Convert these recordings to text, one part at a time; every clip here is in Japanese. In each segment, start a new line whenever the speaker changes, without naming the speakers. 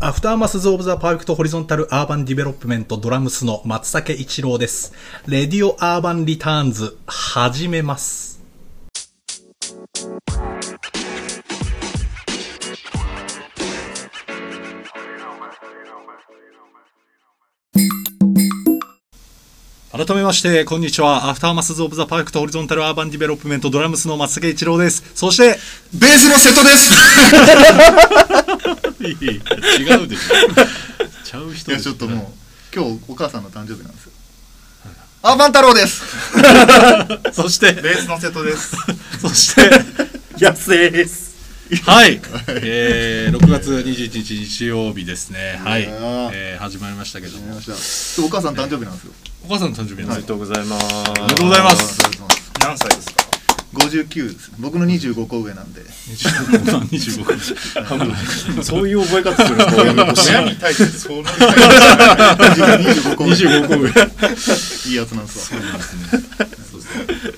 アフターマスズ・オブ・ザ・パーフェクト・ホリゾンタル・アーバン・ディベロップメント・ドラムスの松竹一郎です。レディオ・アーバン・リターンズ、始めます。改めまして、こんにちは。アフターマスズ・オブ・ザ・パーフェクト・ホリゾンタル・アーバン・ディベロップメント・ドラムスの松竹一郎です。そして、
ベー スの瀬戸です
いやいや違うでしょ。ちゃう人で
いや
し
ち
ょ
ょっともう今日お母さんの誕生日なんですよアーバン太郎です
そして、
ベースの瀬戸です
そして、
安江です。
はい。えー、6月21日日曜日ですね。はい。
いやー
えー、始まりましたけど
お
も。
母さん誕生日なんですよ
お母さんの誕生日
お
なん
めで
です
とうございます。お
めでとうございます
何歳ですか。
59です僕の25個上なんで
か ?25 分。
そういう覚え方するの。こういう年
親に対してそんな25個上
25個上。
いいやつなんですわ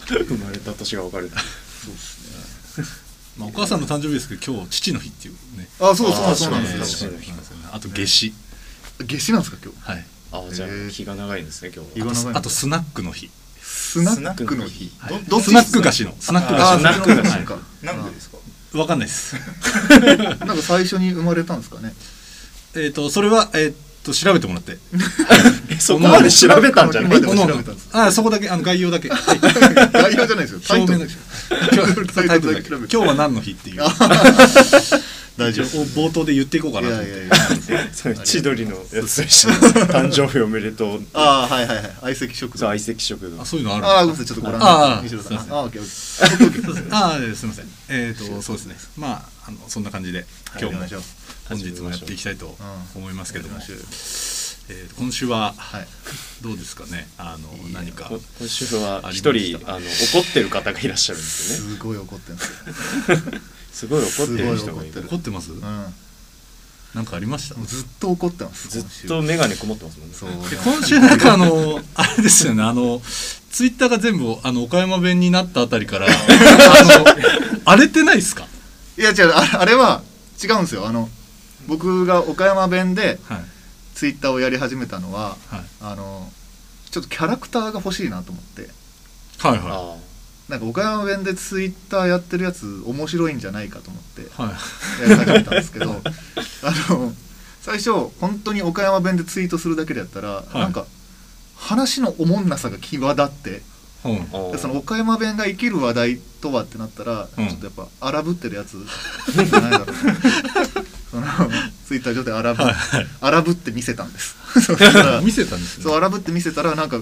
生まれた年が分かる。
まあ、お母さんの誕生日ですけど、今日父の日っていうね。
あそうそうそうなん
あ
で
ー
す
そ
よ
うなんですね
あと、夏至。
夏至なんですか今日
はい。
あ、じゃあ
へー
日が長いんですね今日
日
は。
が長い
あと、スナックの日。
スナックの日
はい
どどっち
スナック菓子の。スナック
あ
菓子
あス
の
ナ
は
ック菓子
い
か
なんでですか
わかんないです。
なんか最初に生まれたんです かね
えっと、それは、えーっと、調べてもらって。
えそこまで調べたんじゃな
今
い
で。も調べたんです
ああ、そこだけ、あの、概要だけ。はい
概要じゃないですよタイ
正
ト
面だ
ル
け今日タイトルだけ今日は何の日っていう
大
一
丈
応
夫
冒頭で言っていこうか
い
なと思
や
っ
いや
て
いや
それ千鳥のやつでした。誕生日おめでとう。
ああはいはいはい相席食堂
そう
あ
相席食堂
あ。そういうのある
あごめんなさいちょっとご覧
あー
西野さ
すい
んあ
ません
あオッケーオッ
そうですあーすみませんえっ、とそうですねまああのそんな感じで
ケ
今
ー
日も
やりましょう
本日もやっていきたいと思いますけども、
やりましょう
えーと今週は
はい
どうですかねあの何か
こ今週は一人あの怒ってる方がいらっしゃるんですよね。
すごい怒ってんですよ
すごい怒ってる人がい
すごい怒って
る
る。
怒ってます、
うんも
なんかありました
うずっと怒ってます
ずっと眼鏡こもってますもんね。
今
で
週そう
今週なんかあのあれですよねあのツイッターが全部あの岡山弁になったあたり からあの荒れてないですか
いや違うああれは違うんですよあの僕が岡山弁で
はい
ツイッターをやり始めたのは
はい
あのちょっとキャラクターが欲しいなと思って
はいは
あ
なんか岡山弁でツイッターやってるやつ面白いんじゃないかと思って
いはい
やり始めたんですけどあの最初本当に岡山弁でツイートするだけでやったら、
い
なんか話のおもんなさが際立って
うん
あ。ああ
その岡山弁が生きる話題とはってなったら、
うん
ちょっとやっぱ荒ぶってるやつじゃな いだろうそのツイッター上で荒ぶ,、荒ぶって見せたんです そしたら
見せたんですね
そう荒ぶって見せたらなんか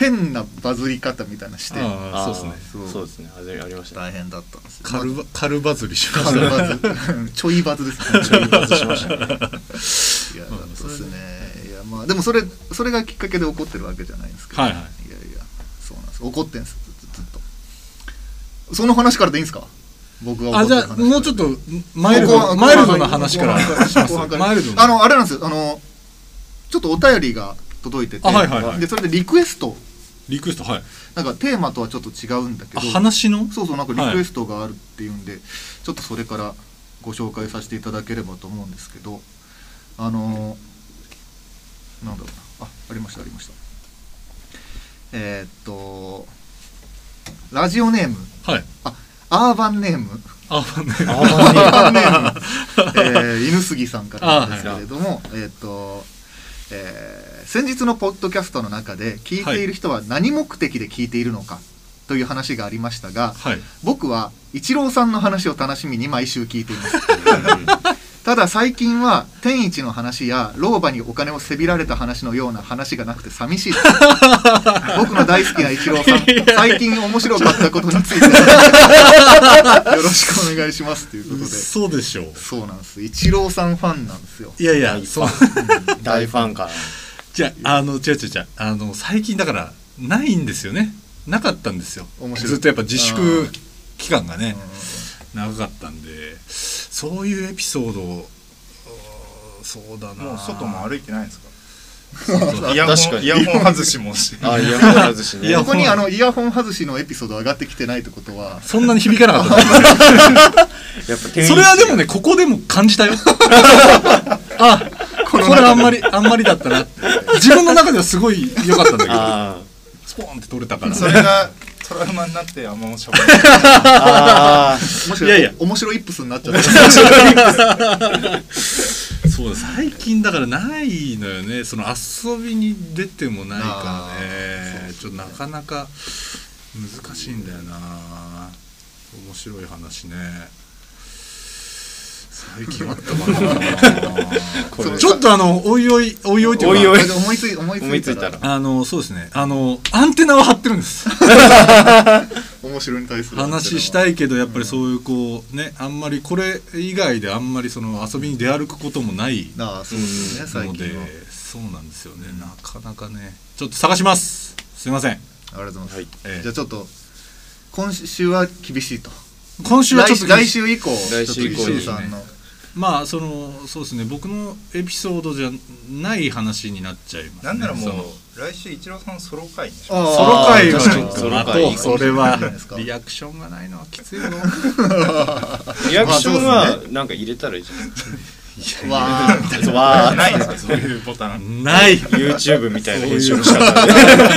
変なバズり方みたいなして
ああそうですね
そう
そうですね。あれありましたね。
大変だったんですよ
カルバカルバズりしま
まあ
した
カルバズちょいバズですねちょいバズしましたいや、
まあ
そうですね。いや、まあ、でも、それ、それがきっかけで怒ってるわけじゃないんですけど。
はいはい
いやいや、そうなんです。怒ってんです。ずっとずっと。その話からでいいんですか。僕は
あ
怒っ
じ
て
ゃ
る話
あ
から。
もうちょっとマイル
後半
ドマイルドな話から
後半
します
後半から
マイルド
あ
な
の、あれなんですよ。あの、ちょっとお便りが届いてて。
あはいはいはい
で、それでリクエスト。
リクエストはい
なんかテーマとはちょっと違うんだけ
あ
ど。
話の
そうそう、なんかリクエストがあるっていうんで、ちょっとそれからご紹介させていただければと思うんですけど、あのーなんだろうな、あ、ありました、ありました。えーっと、ラジオネーム、
はい
あ、アーバンネーム、
あわね
アーバンネーム、 えー犬杉さんからなんですけれども、えーっと、えー先日のポッドキャストの中で聞いている人は何目的で聞いているのかという話がありましたが、
はい
僕は一郎さんの話を楽しみに毎週聞いて いますただ最近は天一の話や老婆にお金をせびられた話のような話がなくて寂しいです 僕の大好きな一郎さん最近面白かったことについてよろしくお願いしますということで
そうでしょう
そうなんです一郎さんファンなんですよ
いやいやそう
大ファンから。
じゃああの違う違う違うあの最近だからないんですよねなかったんですよ
面白い
ずっとやっぱ自
う
粛
ん
期間がね長かったんでそういうエピソードをうーそうだな
もう外も歩いてないんですか
そう
イヤホ
確か
ン
に
イヤホン外しもして
あ、いや、まずしね。
いや
ここにあのイヤホン外しのエピソード上がってきてないってことは
そんなに響かなかった
やっぱ店員
それはでもね、ここでも感じたよ。あ、
の
これ
中で
あんまりあんまりだったなって自分の中ではすごい良かったんだけど
あー
スポーンって取れたから
それがトラウマになってあんまもうしゃべらない
あ
もしか
いやいや
面白イップスになっちゃった
そうだ最近だからないのよねその遊びに出てもないからねちょっとなかなか難しいんだよな面白い話ね最近あったか
ーこ
な
れ
ちょっとあのおいおいおい おいというか
おいおい
思いつい思いついたら
思いついたら
あのそうですねあのアンテナを張ってるんです
面白に対する
話したいけどやっぱりそういうこうねあんまりこれ以外であんまりその遊びに出歩くこともない
ああそうですね最
ので
近は
そうなんですよね、なかなかねちょっと探しますすいません
ありがとうございます、
はい
じゃあちょっと今週は厳しいと
今週はちょ
来
っと
来週以降
来週以降に
ちょっと石井さんの
まあそのそうですね僕のエピソードじゃない話になっちゃいます、ね、
なんならも
そう
来週イチローさんソロ会にし
あ
ま
ー
す
ソロ会は
あー
ちょっ
ソ
と
ロ
待
会
と
いうい
それは
かもしれないですか
リアクションがないのはきついの
リアクション
まあそう
はなんか入れたらいいじゃ
わーみたい
ん。そうわー
ないんですかそういうボタ ン
ない
YouTube みたいな編集の仕方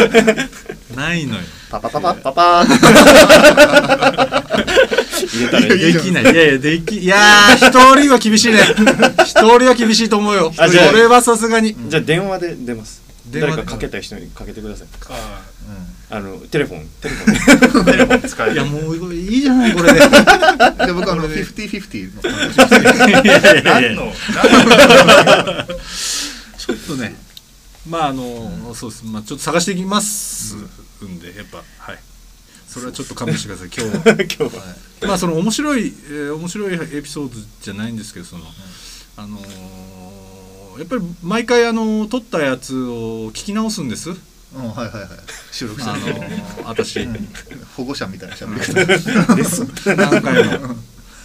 で。
ないのよ
パパパパパパーン入れたらいい。
できない。いやいや、でき、いやー、一人は厳しいね。一人は厳しいと思うよ。そ
あじゃあ
れはさすがに。
じゃあ電話で出ます。
電話で
誰かかけたい人にかけてください。
あ
あのテレフォン。テレフォン
ーテレフォン使
い
える
や、もういいじゃない、これで。
なで僕あの50-50の話
何の
ちょっとね。まあ、あの、そうです。まあ、ちょっと探していきます。んで、やっぱ、はい。それはちょっと勘弁してください、今日は。
今日は。
まあその面白い、えー面白いエピソードじゃないんですけどその、あのーやっぱり毎回あのー撮ったやつを聞き直すんです、
うんはいはいはい収録し
あ
た
の ー私
保護者みたいな喋り方
何回も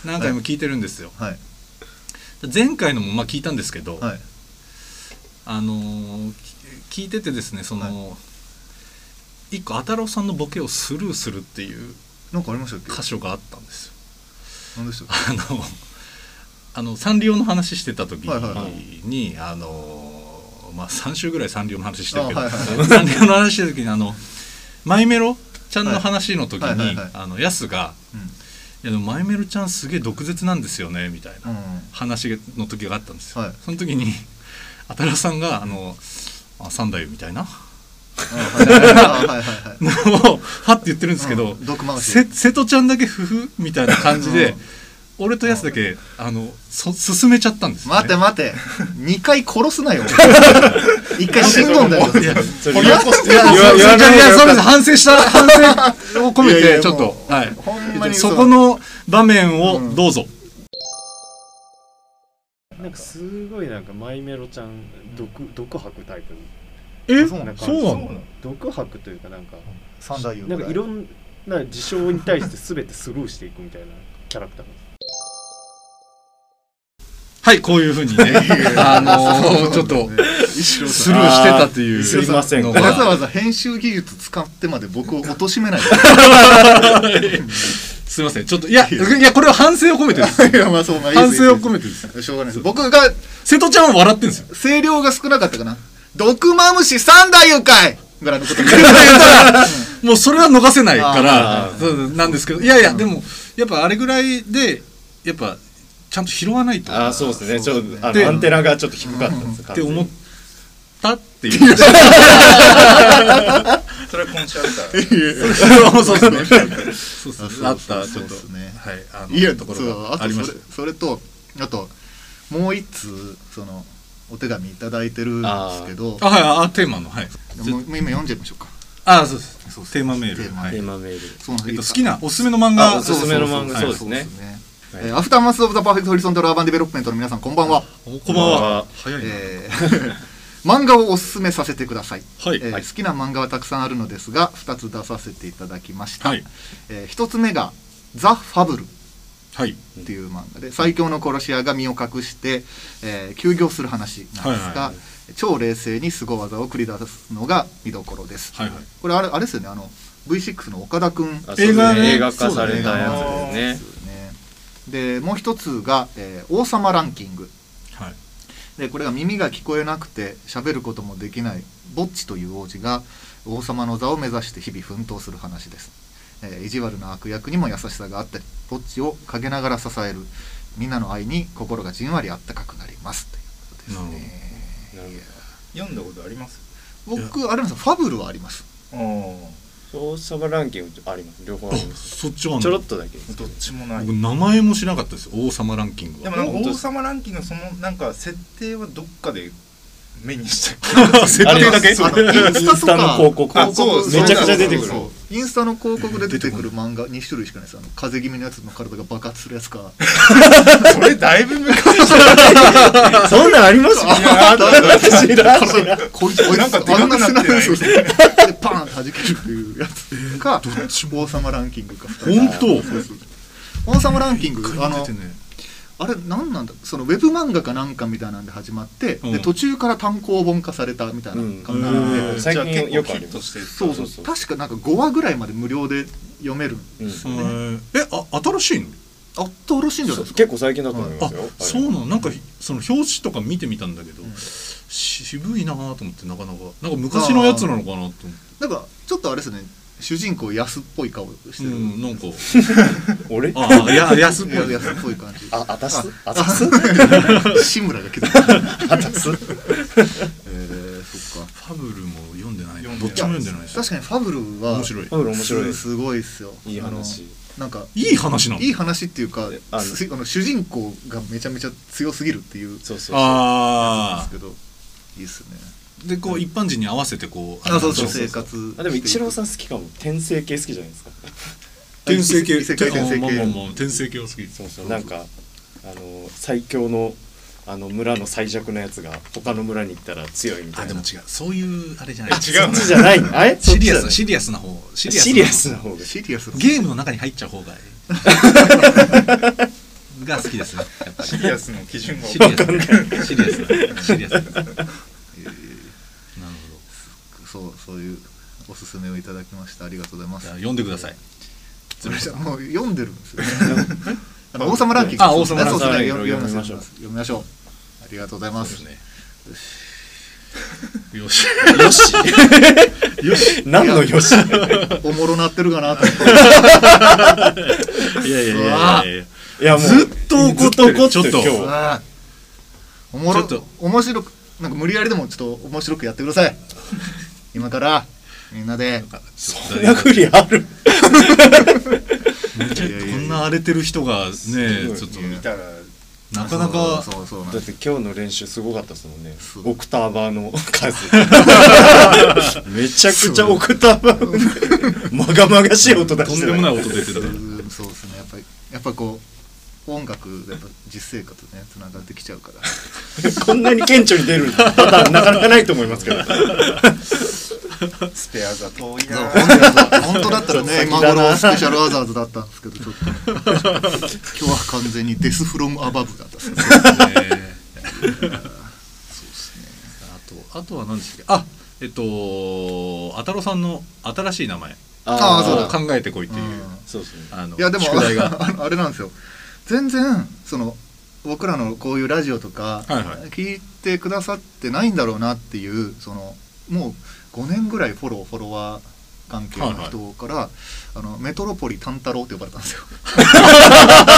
何回も聞いてるんですよ、
はい
前回のもまあ聞いたんですけど、
はい
あのーき聞いててですねその、一個あたろうさんのボケをスルーするっていう
なんかありましたっ
箇
け
所があったんですよ
何でしたっ
あのあのサンリオの話してた時に、
はいはいは
あのまあ3週ぐらいサンリオの話してるけど、
あはいは
サンリオの話してる時にあのマイメロちゃんの話の時
はいはいはい
に
はい
あのヤスが「いやでもマイメロちゃんすげえ毒舌なんですよね」みたい
けう
なん話の時があったんですよ、
はい
その時にあたらさんが「あのあ三太夫みたいな」
はいはいはいはい
のをはって言ってるんですけど、
うん毒回し
せ瀬戸ちゃんだけふふみたいな感じで、俺とヤスだけあのそ進めちゃったんですよ、ね、
待て待 て2回殺す なよ1回死んどんだよ
いや
それ
掘り起こして
言わ
い
言
や
わ
い
言
や
わ
い
ない
や
で
そうです反省した反省を込め
いやい
て
や
ちょっと
もう
はい
ほんまに
そ
そう
この場面をどうぞ、
なんかすごいなんかマイメロちゃん毒毒吐くタイプ
え
そう
なんか
の
毒吐くというかなんか
三大夫
なんかいろんな事象に対して全てスルーしていくみたいなキャラクターなんです
はいこういうふうにねあのーちょっとスルーしてたという
あーすいません
の
わざ
が
わざ編集技術使ってまで僕を貶 めないで
すいませんちょっといやいやこれは反省を込めてです
いやまあそうまあいいで
反
す
省を込めてです
しょうがないです僕が
瀬戸ちゃんは笑ってるんです よ
声量が少なかったかな毒マムシ三大夫かいぐらいのこと言って
もうそれは逃せないか
あ
ら
ー
そうなんですけどいやいやでもやっぱあれぐらいでやっぱちゃんと拾わないと
あーそうですね。ちょっとあ
で
のアンテナがちょっと低かったんです。
っ
って
思ったっていう
それは今週あった
そうそう そうそうそうあったちょっと
そうっすね
はいあの
い や
と
と
こ
こ
ろ
ろ
が
あ
あ
と
り
そ
ま
れ
した
それとあともう一通そのお手紙いただいてるんですけど
あはいあテーマのはい
もうもう今読んじゃいましょうか
あそうですそうですテーマメー
テ
ル
ーマ
はい
テーマメール。
そうなん
えっと
で
好
す
きなおすすめの漫画
あおすすめの漫画
はい
そうですね
えーアフターマス・オブ・ザ・パーフェクト・ホリソン・ドル・アーバン・デベロップメントの皆さんこんばんは、
おこんばんは早いな
えー 漫画をおすすめさせてください、
はい
えー
はい
好きな漫画はたくさんあるのですが2つ出させていただきました、
はい
えー、1つ目が「ザ・ファブル」
はい
っていう漫画で最強の殺し屋が身を隠して、えー休業する話なんですが、
はいはいは
超冷静に凄技を繰り出すのが見どころです、
はいはい
これあれあれですよねあの V6 の岡田君ん
あそうです
映画ね
映画化されたやつですね。
でもう一つが、えー王様ランキング」
はい
でこれが耳が聞こえなくて喋ることもできないボッチという王子が王様の座を目指して日々奮闘する話です、えー意地悪な悪役にも優しさがあってボッチを陰ながら支えるみんなの愛に心がじんわりあったかくなりますということですね
な
いや
るほどなるほど
読んだことあります
僕あれなんですよファブルはあります
ああ
王様ランキングあります両方あ
あ
ります
そっちはあんの
ちょろっとだけです
どっちもない
僕名前も知らなかったです王様ランキング
で
は
もなんか王様ランキングのそのなんか設定はどっかで目にしたっけ
設
あれだけ
あのインスタとか
インスタの広告
あそう
めちゃくちゃ
出てく
そ
る
うそうそうインスタの広告で出てくる漫画2種類しかないですあの風邪気味のやつの体が爆発するやつか
それだいぶ昔
そんなんあります
あったあった
知らん知らん
こいつこいつ
なんかでかくなってない
あん背中そうそうでパーンって弾けるっていうやつか王様ランキングか
本当
王様ランキングあ
一回
の
出てね
あれ何なんだそのウェブ漫画かなんかみたいなんで始まって、
うん
で途中から単行本化されたみたいな感じなので、
うん最近
じゃあ結構
よくあります
ヒットしてる
そうそうそう確かなんか5話ぐらいまで無料で読める
うん
えーえあ新しいの
あったらしいんじゃないですか
結構最近だと思いま
あ
すよ
そうなのなんかその表紙とか見てみたんだけど、し渋いなぁと思ってなかなかなんか昔のやつなのかなと思って、
なんかちょっとあれですね主人公安っぽい顔して
う
る、
ん、なん か
俺あ
ああや安っぽ
いや
い
安っぽい感じ
あたすあたす
志村が気づいた
あたす
えー、そっか
ファブルも読んでない
読んでない
どっちも読んでないです
確かにファブルは
面白い
面白いです
すごいですよ
いい話
あのなんか
いい話なの
いい話っていうか
あの
すあの主人公がめちゃめちゃ強すぎるっていう
そうそうそう
あ
けどいいっすね
あでこう一般人に合わせてこう
あそうそう
れなんでしょ
生活
あでもイチローさ
ん
ん好きかも転生系好きじゃないですか
転生系
異世界
転
転生系
まあまあまあ転生系は好き
そうそうなんかあの最強のあの村の最弱なやつが他の村に行ったら強いみた
あ
い
で
な
も違うそういうあれじゃない
違う
そっちじゃないあれ
シリアスな
シ
シリアスな方シ
リアスな方が
シリアスな
ゲームの中に入っちゃう方 がが好きですねやっぱり
シリアスの基準が
シリアスシリアスシリアスなるほ
そうそういうおすすめをいただきましたありがとうございま
どじ
す
ゃあ読んでください
それじゃもう読んでるんですよねあの王様ランキン グ
あ王様ランキング
そうですね
はい
読み
読み
まし
まし
ょ
ょ
う
う
読みましょうありがとうございます
よし
よ しよし何のよし
おもろなってるかなと思って
いやいや
いやい
や
いやもう
ずっと怒ってる
ずと怒
ちょっと
今日
あーおもろ
ちょっと
面白くなんか無理やりでもちょっと面白くやってく ださい今からみんなで
そんなふりある
こんな荒れてる人がね
ごい
ちょっと
見たら
なかなか
そうそうそうなん
だ
で
っ
す
て今日の練習すごかったですもんね
そう
オクターバーの数めちゃくちゃオクターバーまがまがしい音出
と
し
ん
て
でもない
い
音出てたから
うんそうですねやっぱりやっぱこう音楽やっぱ実生活ねつながってきちゃうから
こんなに顕著に出るパターンなかなかないと思いますけど
スペアが遠い
そう
な
本当だ本当だったらね
先
今
だな
頃スペシャルアザーズだったんですけどちょっとね今日は完全にデスフロムアバブだったっすね
あとあとは何でしたっけあえっとあたろさんの新しい名前
あーそうだ
を考えてこいっていう
うん
そうですね
あの
いやでも
宿題が
あのあれなんですよ全然その僕らのこういうラジオとか
はいはい
聞いてくださってないんだろうなっていうそのもう5年ぐらいフォローフォロワー関係の人から、あのメトロポリタンタロウって呼ばれた んですよ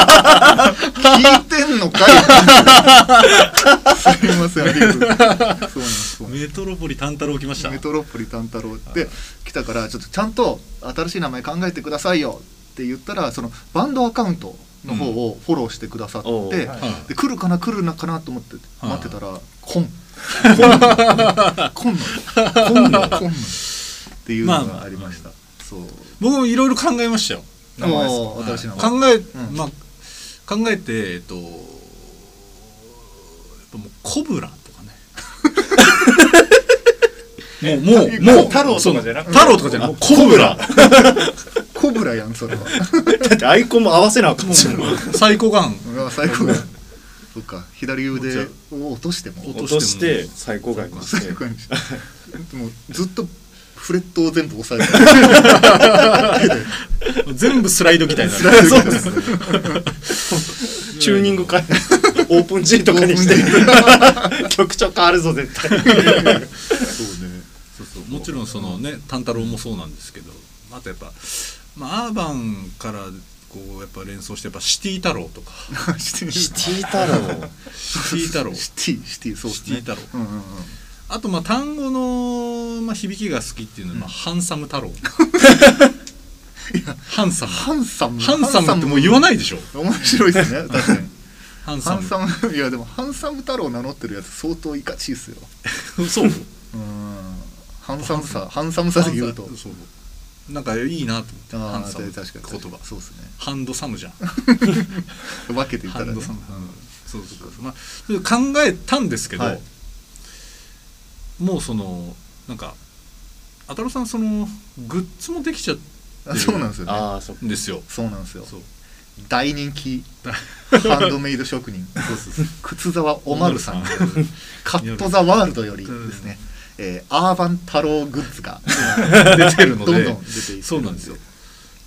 聞いてんのかい すいませんありがとうございますそうなんですそうなんです
メトロポリタンタロウ来ました
メトロポリタン太郎って来たからちょっとちゃんと新しい名前考えてくださいよって言ったらそのバンドアカウントの方をフォローしてくださって、
うんおう
で
はい
来るかな来るのかなと思って
い
待ってたら「コン」「コンの」「コンの」「コンの」っていうのがありました、そう
僕もいろいろ考えましたよ
名前ですか
もう新しい名前
考え、
ん
まあ考えてえっとやっぱもうコブラとか ねもうもうもう
太郎とかじゃなくて
その太郎とかじゃなくてコブラ
コブラやんそれは
だってアイコンも合わせなあかんし
もうサイコガン
うわ最高だそっか左腕を落としても
落として最高外にして
最高にしたもうずっとフレットを全部押さえて
全部スライドみたいにな
そう
る
ですね。
チューニング変えオープン G とかにして曲調変わるぞ絶対
そうねそうそうもちろんそのね炭太郎もそうなんですけどあとやっぱ、まあ、アーバンからこうやっぱ連想してやっぱシティ太郎とか
シティ
シ
シ
ティ太郎
シティ太郎
ティシティそうですね
シティ太
うんうんうん
あとまあ単語の、まあ、響きが好きっていうのは、まあハンサム太郎ハンサム
ハンサム
ハンサムってもう言わ
い
ないでしょ
面白いです ね確かに
ハンサ
ハ
ム
ンサムいやでもハンサム太郎名乗ってるやつ相当いかちいっすよ
そう
うんハンサムさハンサムさで言うと
ハンサそうなんかいいなと思ってハ
あ
ン
あ
サム
確
って
かに確か
言
に
葉
そうですね
ハンドサムじゃん
分けてい
ハ
たら
ン
ね
ドサム、そうそうそうまあそれで考えたんですけど、
はい
もうそのなんかあたろさんそのグッズもできちゃう
あそうなんですよね
ああそっか
んですよ
そうなんですよ
そう
大人気ハンドメイド職人靴沢おまるさんカット・ザ・ワールドよりですね、えーアーバン太郎グッズが
出てるの
どんどん
で
出ていって
そうなんですよ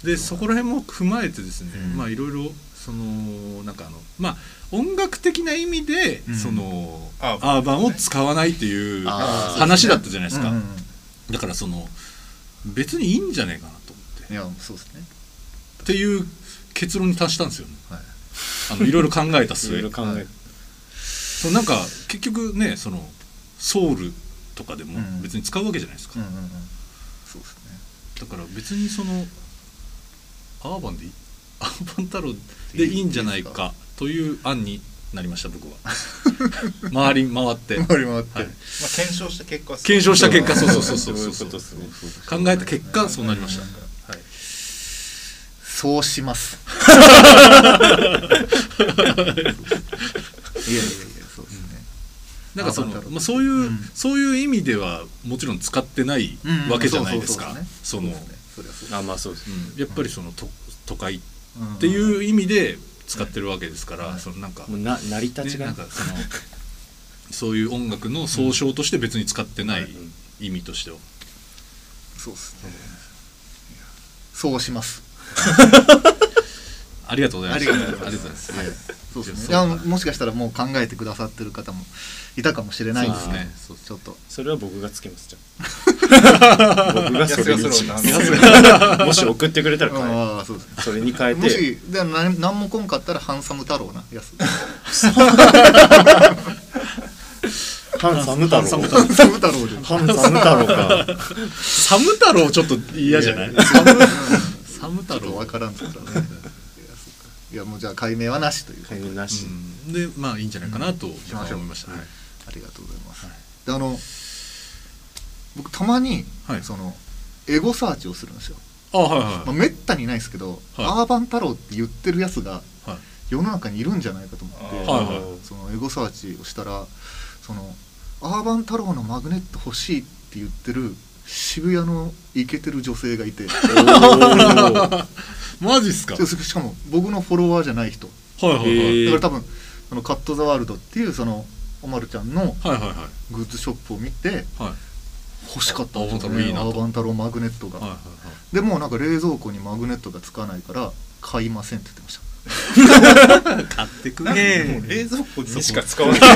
でそこら辺も踏まえてですね、まあいろいろそのなんかあのまあ音楽的な意味で、
うん
その
アーバ
アーバンを使わないっていう
あー
話だったじゃないです
うん
か、
うん
だからその別にいいんじゃねえかなと思って
いやそうですね
っていう結論に達したんですよね、
はい
あのいろいろ考えた
いろい
末
ろ考える
そうなんか結局ねそのソウルとかでも
うん
別に使うわけじゃないですか、
うんうんうんそうですね
だから別にそのアーバンでいい アーバン太郎でいいんじゃないかという案になりました僕 は回り回って
回り回って、
はい
検証した結果はそう
検証した結果そうそうそうそう
そういう
そ
こ
う
とですね
考えた結果そうなりました、はい、
そうします いやいやいやそうですね、
なんかその
アーバン太郎
まあ、そういう、
うん
そういう意味ではもちろん使ってない
うんうん
わけじゃないですか、
そ
その
うそうねそりゃそう
あまあそうです
やっぱりその都都会っ
うん
ていう意味で使ってるわけですから、そのなんか、
もうな成り立ち
ね、
が
なんかそのそういう音楽の総称として別に使ってない意味としては、
そうですねいやそうします
ありがとうございま
あり
す
がとうございます。
ありがとうございます
そうですね。い
じゃ
や
あ
もしかしたらもう考えてくださってる方もいたかもしれないです
そう
ね
で。すね
ちょっと
それは僕がつけますじゃ あ僕が
や
そ
す
れ
や
に
すろ
し
な
ま
ん
す
で
もし送ってくれたら変え
ああそうですね。
それに変え
も
て
しで何何も来んかったらハンサム太郎な やつ。
ハンサム太郎
ハンサム太郎で。
ハンサム太郎か
サム太郎ちょっと嫌じゃない
ややサム
サム
ちょ
太
っと
郎
わからんです からね。いやそうかいやもうじゃあ解明はなしという。
変えなし
うんでまあいいんじゃないかなと
しましょう
思いました、はい
ありがとうございます。であの僕たまに
はい
そのエゴサーチをするんですよ。
あはいはい
まあめったにないですけど、
はい
アーバン太郎って言ってるやつが
はい
世の中にいるんじゃないかと思って。
はいはい
そのエゴサーチをしたらそのアーバン太郎のマグネット欲しいって言ってる渋谷のイケてる女性がいて
マジっすかは
で
い
そしかも僕のフォロワーじゃない人だ
はいはい
へえ
から多分そのカット・ザ・ワールドっていうそのおまるちゃんの
はいはいはい
グッズショップを見て
はい
欲しかったんですよ
アーバン太郎いい
ね
な
ア
と
ーバン太郎マグネットが、
はいはい
でもうなんか冷蔵庫にマグネットがつかないから買いませんって言ってまし
買
た
ってく
も
ね
う冷蔵庫にしか使わない
他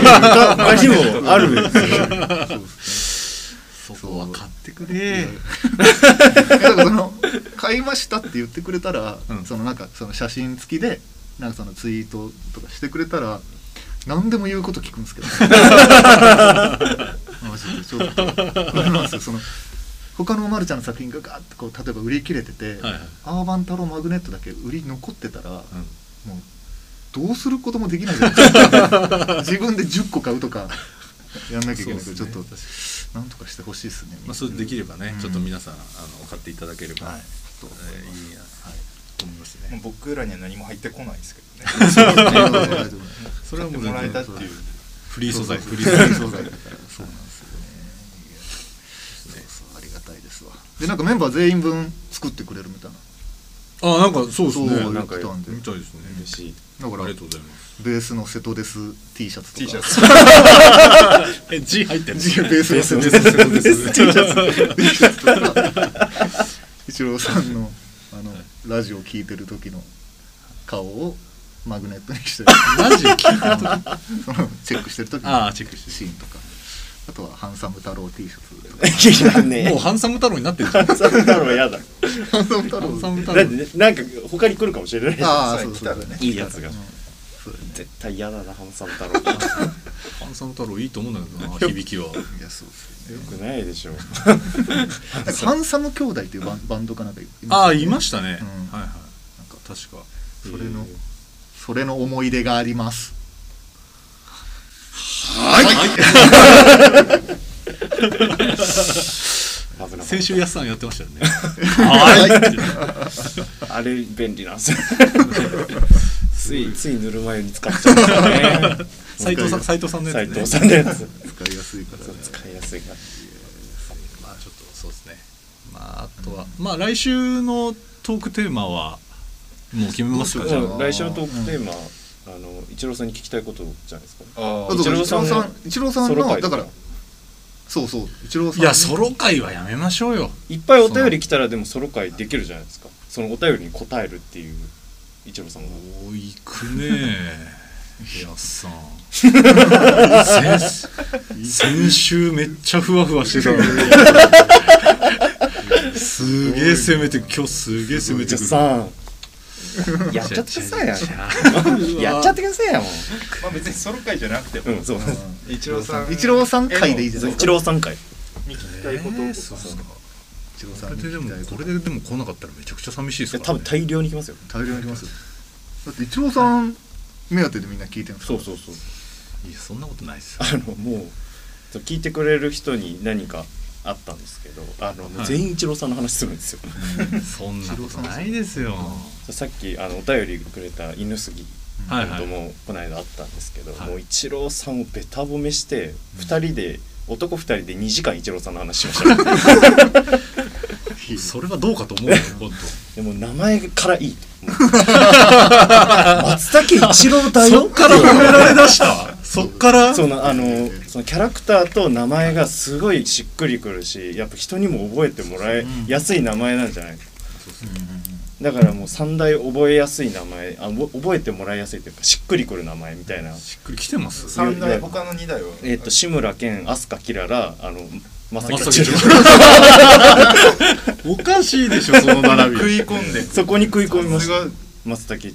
にもある
そこは買ってくれ
だからその買いましたって言ってくれたら、
うん
そのなんかその写真付きでなんかそのツイートとかしてくれたら何でも言うこと聞くんですけど マジでちょっとあれなんですよその他のまるちゃんの作品がガーッとこう例えば売り切れてて、
はいはい
アーバン太郎マグネットだけ売り残ってたら、もう
うん
どうすることもできない じゃないですか自分で10個買うとかやんなきゃいけないから、ちょっと
そうですね
なんとかしてほしいですね、
まあ、それできればね、
うん
ちょっと皆さんあの買っていただければ、
はい
い
と思い
え
ます
ーいいな、と思いますね。
僕らには何も入ってこないですけどね
それはもう
買ってもらえ
全
たっ
然
ていう
フリー素材、フリー素
そ
材。
うそうそうそうなんですよねいやそうそうありがたいですわでなんかメンバー全員分作ってくれるみたいな
あ、なんかそうですね。
そう
なんか
言ってたんで
みたいですね。
嬉しい
だ
あ
か
りが
ら
とうございます。
ベースの瀬戸です T シャツとか
T シャツ
え、G 入ってる。
ベースの瀬戸です T シャツとか一郎さんのあのラジオ聞いてる時の顔をマグネットにしてる
マジ聞いたことない
そのチェックしてる時
あ
の
あチェックしてる
シーンとかあとはハンサム太郎 T シャツとか
いやね
もうハンサム太郎になってるじゃん。ハ
そんなのやだ
ハンサム太郎
ンサム太
だっ
郎
て。ねなんか他に来るかもしれないじゃん
ああ
そ
そうう
いう
そうそう
いいやつが
そうだね
絶対嫌だなハンサム太郎よ
ハンサム太郎いいと思うんだけど な、響きは。
いやそうですよね
くないでしょ
なんかハンサム兄弟っていうバンバンドかなんかいます
ああ、いましたね。
うん
はいはい。なんか確か。
それのそれの思い出があります
危なかっ
先週安さんやってましたよね。
たあれ便利なんですよついついぬるま湯に使っちゃったね
斉藤さん、斉藤さんのや
斉
つ
藤
ね。
さんのやつ
使いやすいから
そう使いやすいから
まあちょっとそうですね。まああとは、まあ来週のトークテーマは、もう決めますか、じゃあ。
もう来週のトークテーマ、あの一郎さんに聞きたいことじゃないですか。
あ
あ
あ
だから
イ
イ
チ
チ
ロ
ロー
ーさ
さん
ん
イチローさ
ソ
ん
ロ回
のだからそうそうイチローさ
い
ん
や、ソロ会はやめましょうよ。
いっぱいお便り来たらでもソロ会できるじゃないですか。そのお便りに答えるっていう一郎さんが。
おいくねえ安さん先先週めっちゃふわふわしてたのにすげえ攻めて今日すげえ攻めて
じゃ
くる
さん、やっちゃってくださいや。やっちゃってくださいやもう。
まあ別にソロ会じゃなくて
うんそう。
イチローさん
イチローさん回でいいじゃない
一郎さん会。
に聞き
え
たいこと
ーそうっすか
イチロー
こ
さん
れ
に
でで
聞き
も
たいこ
ことれででも来なかったらめちゃくちゃ寂しいです
え
か
多
ら、
分
ね、
大量に来ますよ。
大量にありますよだってイチローさん目当てでみんな聞いてるんです
そ
か
うそうそう。
いやそんなことないですよ
あのもうそう聞いてくれる人に何かあったんですけど、あの、
はい
全員一郎さんの話するんですよ。
そんなことないですよ
さっきあのお便りくれた犬杉
はい
君
は
と
い
もこの間あったんですけど、
はい
もう一郎さんをべた褒めして2人で男2人で2時間一郎さんの話 しました、
それはどうかと思うよ本
でも名前からい いと思う松竹一郎
当
だ
そっ
よ
から褒められだしたそっから
そのあのそのキャラクターと名前がすごいしっくりくるしやっぱ人にも覚えてもらいやすい名前なんじゃないだからもう三大覚えやすい名前あ覚覚えてもらいやすいというかしっくりくる名前みたいな
しっくりきてます
三台他の二台は
えっ、と志村けん飛鳥キララあのまさ
ま
き
さ
ちろ
きおかしいでしょその並び
食い込んで
そこに食い込みまし
さ
た松竹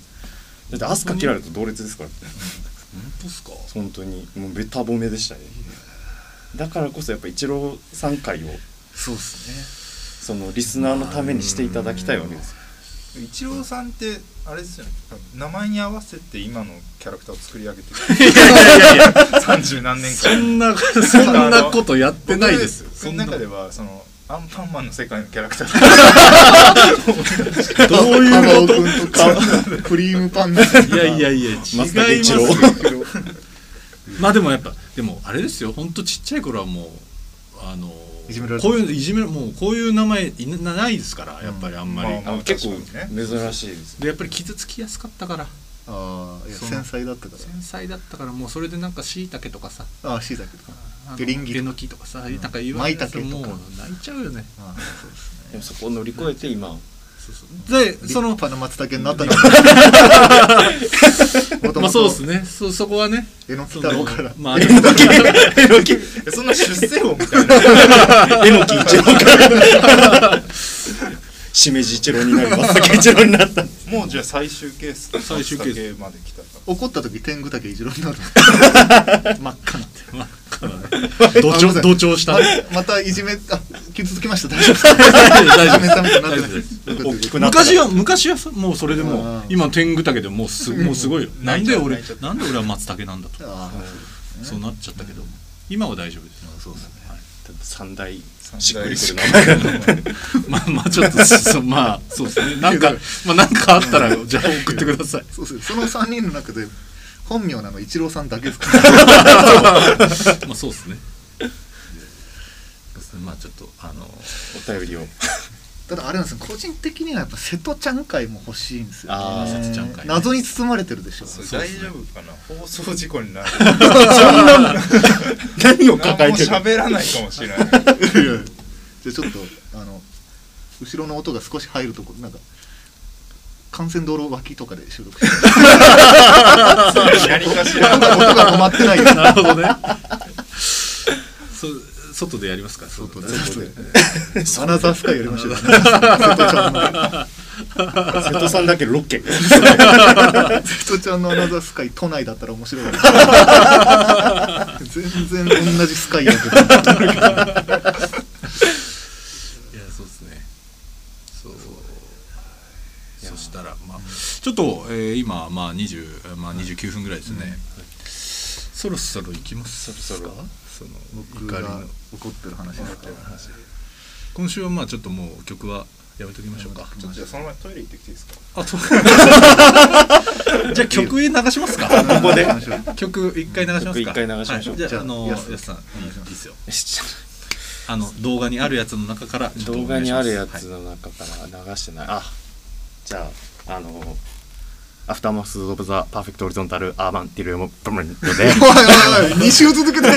だって飛鳥キララと同列ですから
本当っすか
本当にもうべた褒めでしたねだからこそやっぱ一郎さん会を
そうです
そのリスナーのためにしていただきたいわけですよ
イチローさんってあれですよね名前に合わせて今のキャラクターを作り上げてる三十何年
そん
間
なそんなことやってないですよ
僕
そん
の
など
中ではそのアンパンマンの世界のキャラクタ ー
ういうこ
ねカバオ君とかクリームパンダ
といやいやいや違いま
松
す
竹一郎
よまあでもやっぱでもあれですよ本当ちっちゃい頃はもうあの
いじめられて
こ
ま
ういういじめもうこういう名前いなないですからやっぱりあんまり、
うんまあまあ
結構
確かに
珍しいです
でやっぱり傷つきやすかったから
ああいや
そう
繊細だったか
繊細だったからもうそれでなんかしいたけとかさ
らああ椎茸とか
あの
エリンギ
ゲノキとかさなんか言われて
舞
もう
茸とか
泣いちゃうよね
ああそうですね
でもそこを乗り越えて 今
で
そ
そ
の
の
立派な松茸になったの元々
まあそうですねそそこはね
えのき
そ
太
の
郎から
ま あでも
えのきえ
そんな出世王みたいな
のき一郎から しめじ一郎になり松竹一郎になった
もうじゃあ最終ケース
最終ケース
スまで来たか
怒った時天狗竹一郎になる真っ赤な
同
あごめんな
調
さい
同調した
あまたいじめあ傷つきました大丈夫ですか
大
ダ
丈
メ
夫
ダメなってない
大丈夫です
よかった
大きくなった
昔は昔はそもうそれでも
あ
う
ー
今天狗竹でもうすもうす ごいよ
うん
なんで俺
泣いちゃう
なんで俺は松茸なんだと
ああ
そうなっちゃったけど今は大丈夫です
そうですね
三大
ら
しっくりくる名前
前
まあまあちょっとそうまあそうです ねなんかまあなんかあったらじゃあ送ってください
そうですねその三人の中で本名なの一郎さんだけですか
まあそうですねそうっすねまあちょっとあの
お便りを
ただあれなんですよ個人的にはやっぱ瀬戸ちゃん会も欲しいんですよ、ね、
あー
瀬戸ちゃん会ね
謎に包まれてるでしょ
大丈夫かな放送事故になる
何を
何
抱え
も
てる
喋らないかもしれない
いやいやじゃあちょっとあの後ろの音が少し入るとこなんか幹線道路脇とかで収録してる
やりかし
なんか音が止まってないよ
なるほどね。 そ外でやりますか。
外で
外で。
アナザースカイやりましょうよ瀬戸ちゃんの
瀬戸さんだけロッケ
瀬戸ちゃんのアナザースカイ都内だったら面白いよね全然同じスカイやけ
い
ど
やそうですねそうそしたらまあちょっと、えー今、まあ20まあ、29分ぐらいですね、そろそろ行きますそろそろその
僕
怒り
が
の
怒ってる話ですか
今週はまあちょっともう曲はやめときましょうか
ちょっとじゃあその前にトイレ行ってきていいですか
あとじゃあ曲流しますか
ここで
話しましょう
曲一回流しますか
曲一回流しましょう
はいじゃああの
じゃ
や
あ
すさんいいですよあの動画にあるやつの中からちょっと
動
お願
画
いし
に
ま
あ
す
るやつの中から流してないあじゃああのアフターマス・オブ・ザ・パーフェクト・オリゾンタル・アーバン・ティル・モ・ブムント で
おいおいおい2週続けてや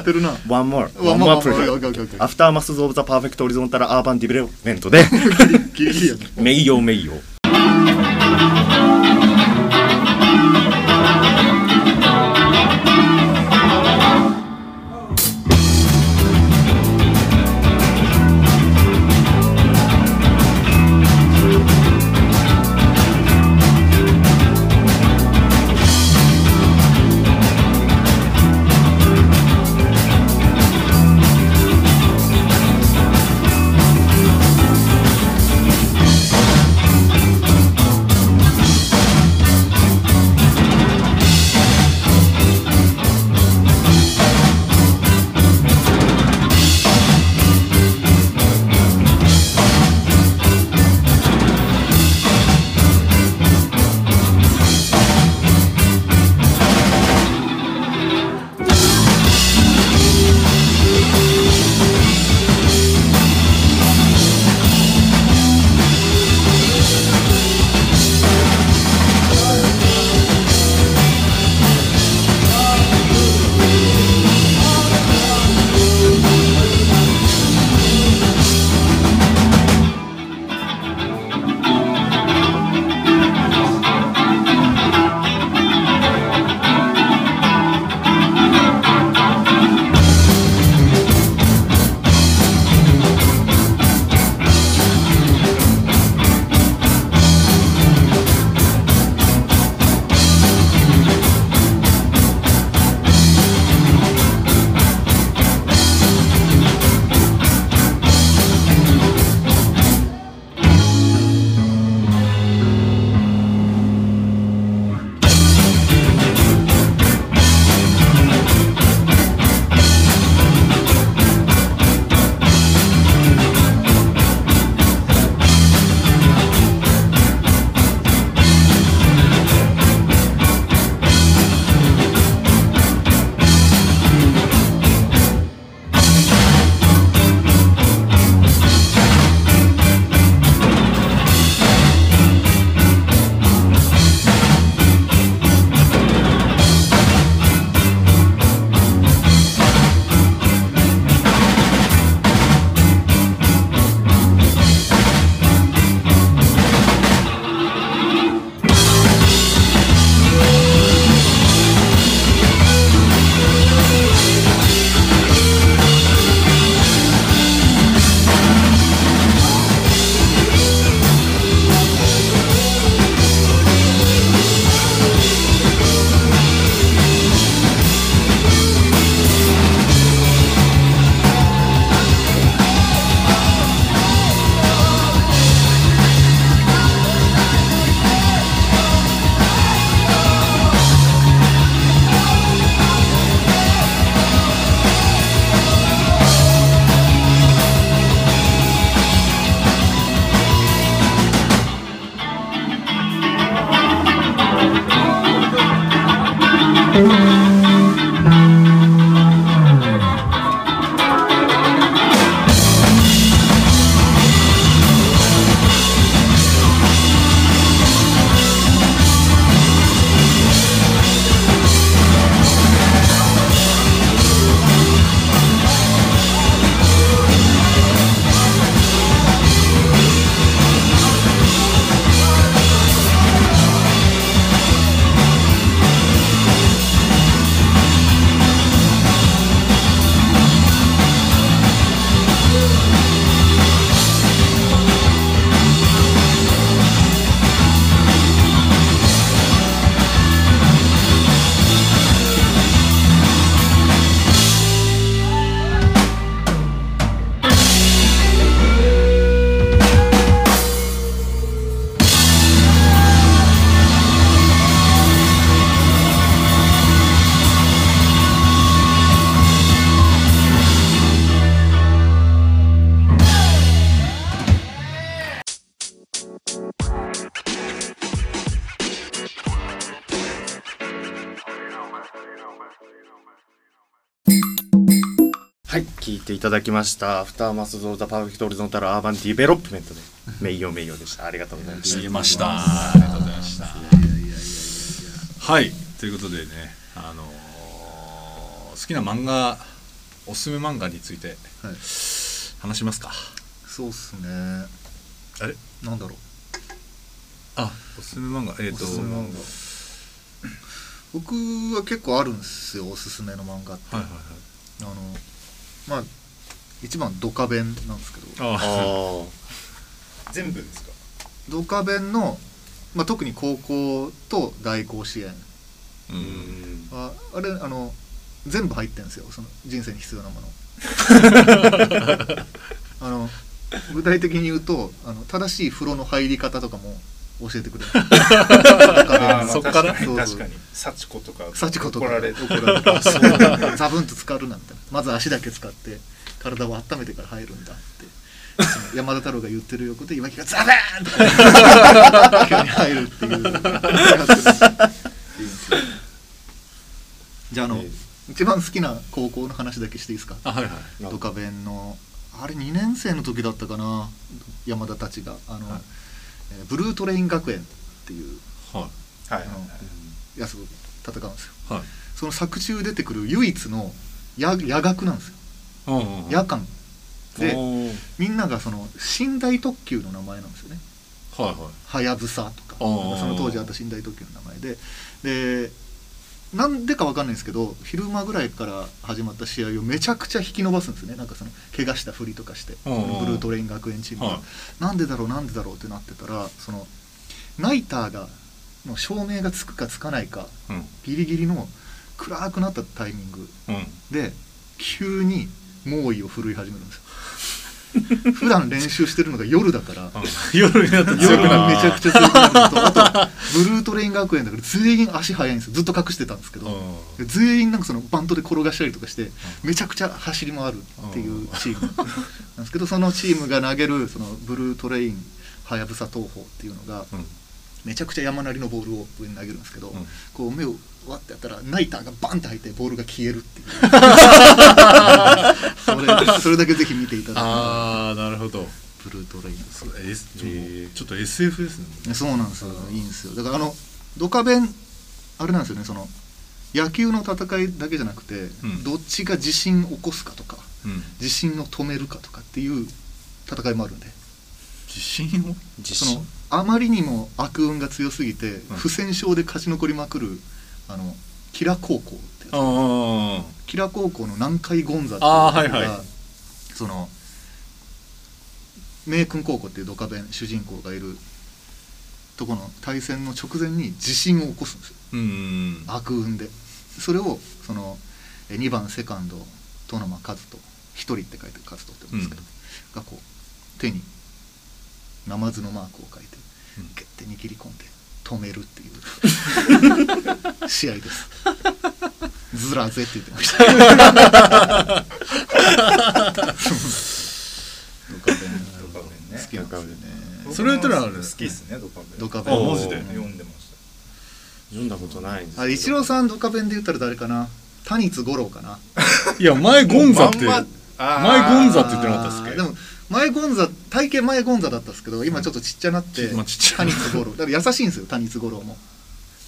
ってるな
One More
わ
One
まあま
More
あオッケーオッ
Project
ケーオッケー
アフターマス・オブ・ザ・パーフェクト・オリゾンタル・アーバン・ディベロップメン トで
ギリギリやね
名誉名誉
「
はい聞いていただきました「アフターマスド・ザ・パーフェクト・オリゾンタル・アーバン・ディベロップメント」で「名誉名誉」でしたありがとうございました
知りましたありがとうございましたはいということでねあのー好きな漫画おすすめ漫画について
はい
話しますか
そうっすね
あれ
なんだろう
あおすすめ漫画えっ、と
おすすめ漫画僕は結構あるんですよおすすめの漫画って、
はい
あのまあ一番ドカベンなんですけど
はいはい
あ
あ
ー
全部ですか
ドカベンの、まあ、特に高校と大甲子園
う
うんん
ああれあの全部入ってるんですよその人生に必要なも のあの具体的に言うとあの正しい風呂の入り方とかも教えてくれ る
あーまあ
そっから
確か
そ
に
う
確
そう
かに幸子とか
幸子とか
怒られて
怒られてそうザブンと浸かるなんてまず足だけ使って体を温めてから入るんだってその山田太郎が言ってる横で岩木がザブーンとか急に入るっていうじゃああの、一番好きな高校の話だけしていいですか
あはいはい
ドカベンのあれ2年生の時だったかな山田たちがあの、えーブルートレイン学園っていう
は
はい
あのやつと戦うんですよ
いはい
その作中出てくる唯一の夜夜学なんですよ
うんうん
夜間で
おー
みんながその寝台特急の名前なんですよね
はいはい
はやぶさとか
あー
その当時あった寝台特急の名前ででなんでかわかんないんですけど昼間ぐらいから始まった試合をめちゃくちゃ引き伸ばすんですよねなんかその怪我したふりとかしてブ
うんうん
ルートレイン学園チームが、
はい
なんでだろうなんでだろうってなってたらそのナイターがの照明がつくかつかないか
うん
ギリギリの暗くなったタイミング
うん
で急に猛威を振るい始めるんですよ 普段練習してるのが夜だから
あ 夜になったら強
夜
く
が
なる
めちゃくちゃ強くなるのとあとブルートレイン学園だから全員足速いんですよずっと隠してたんですけど
う
全員なんかそのバントで転がしたりとかしてめちゃくちゃ走り回るっていうチームなんですけどそのチームが投げるそのブルートレインはやぶさ投法っていうのが
ん
めちゃくちゃ山なりのボールを上に投げるんですけど、
ん
こう目をわってやったらナイターがバンって入ってボールが消える っていうそれそれだけぜひ見ていただきた
ああなるほど
いブルートレインです
そう S ちょちょっと SF ですね
そうなんですよいいんですよだからあのドカベンあれなんですよねその野球の戦いだけじゃなくて、
ん
どっちが地震起こすかとか
うん
地震を止めるかとかっていう戦いもあるんで
地震を
自
その
信
あまりにも悪運が強すぎて、不戦勝で勝ち残りまくるあのキラ高校ってやつ
あ
キラ高校の南海ゴンザっていう
あー
ところ
はいはい
その明君高校っていうドカベン主人公がいるとこの対戦の直前に地震を起こすんですよ
あうん
悪運でそれをそのえ2番セカンド戸沼和人一人って書いて和人って言うんですけど、がこう手にナマズのマークを書いて
うん
ギュッて握り込んで止めるっていう試合 ですずらぜって言ってましたそうドカベン
ドカベンね
好きなんですよね
それ言ったら
僕も好きですねドカベン
ドカベン
あマジで
読んでまし
読んだことないんですけど
あイチローさんドカベンで言ったら誰かな谷津五郎かない
や前ゴンザって
ま
前
ん
ゴン
た
ザって言ってなかったっす
あ
っ
ー
け
でも前ゴンザ体型前ゴンザだったんですけど今ちょっとちっちゃなって、
うんちまあちっちゃい
谷津五郎だから優しいんですよ谷津五郎も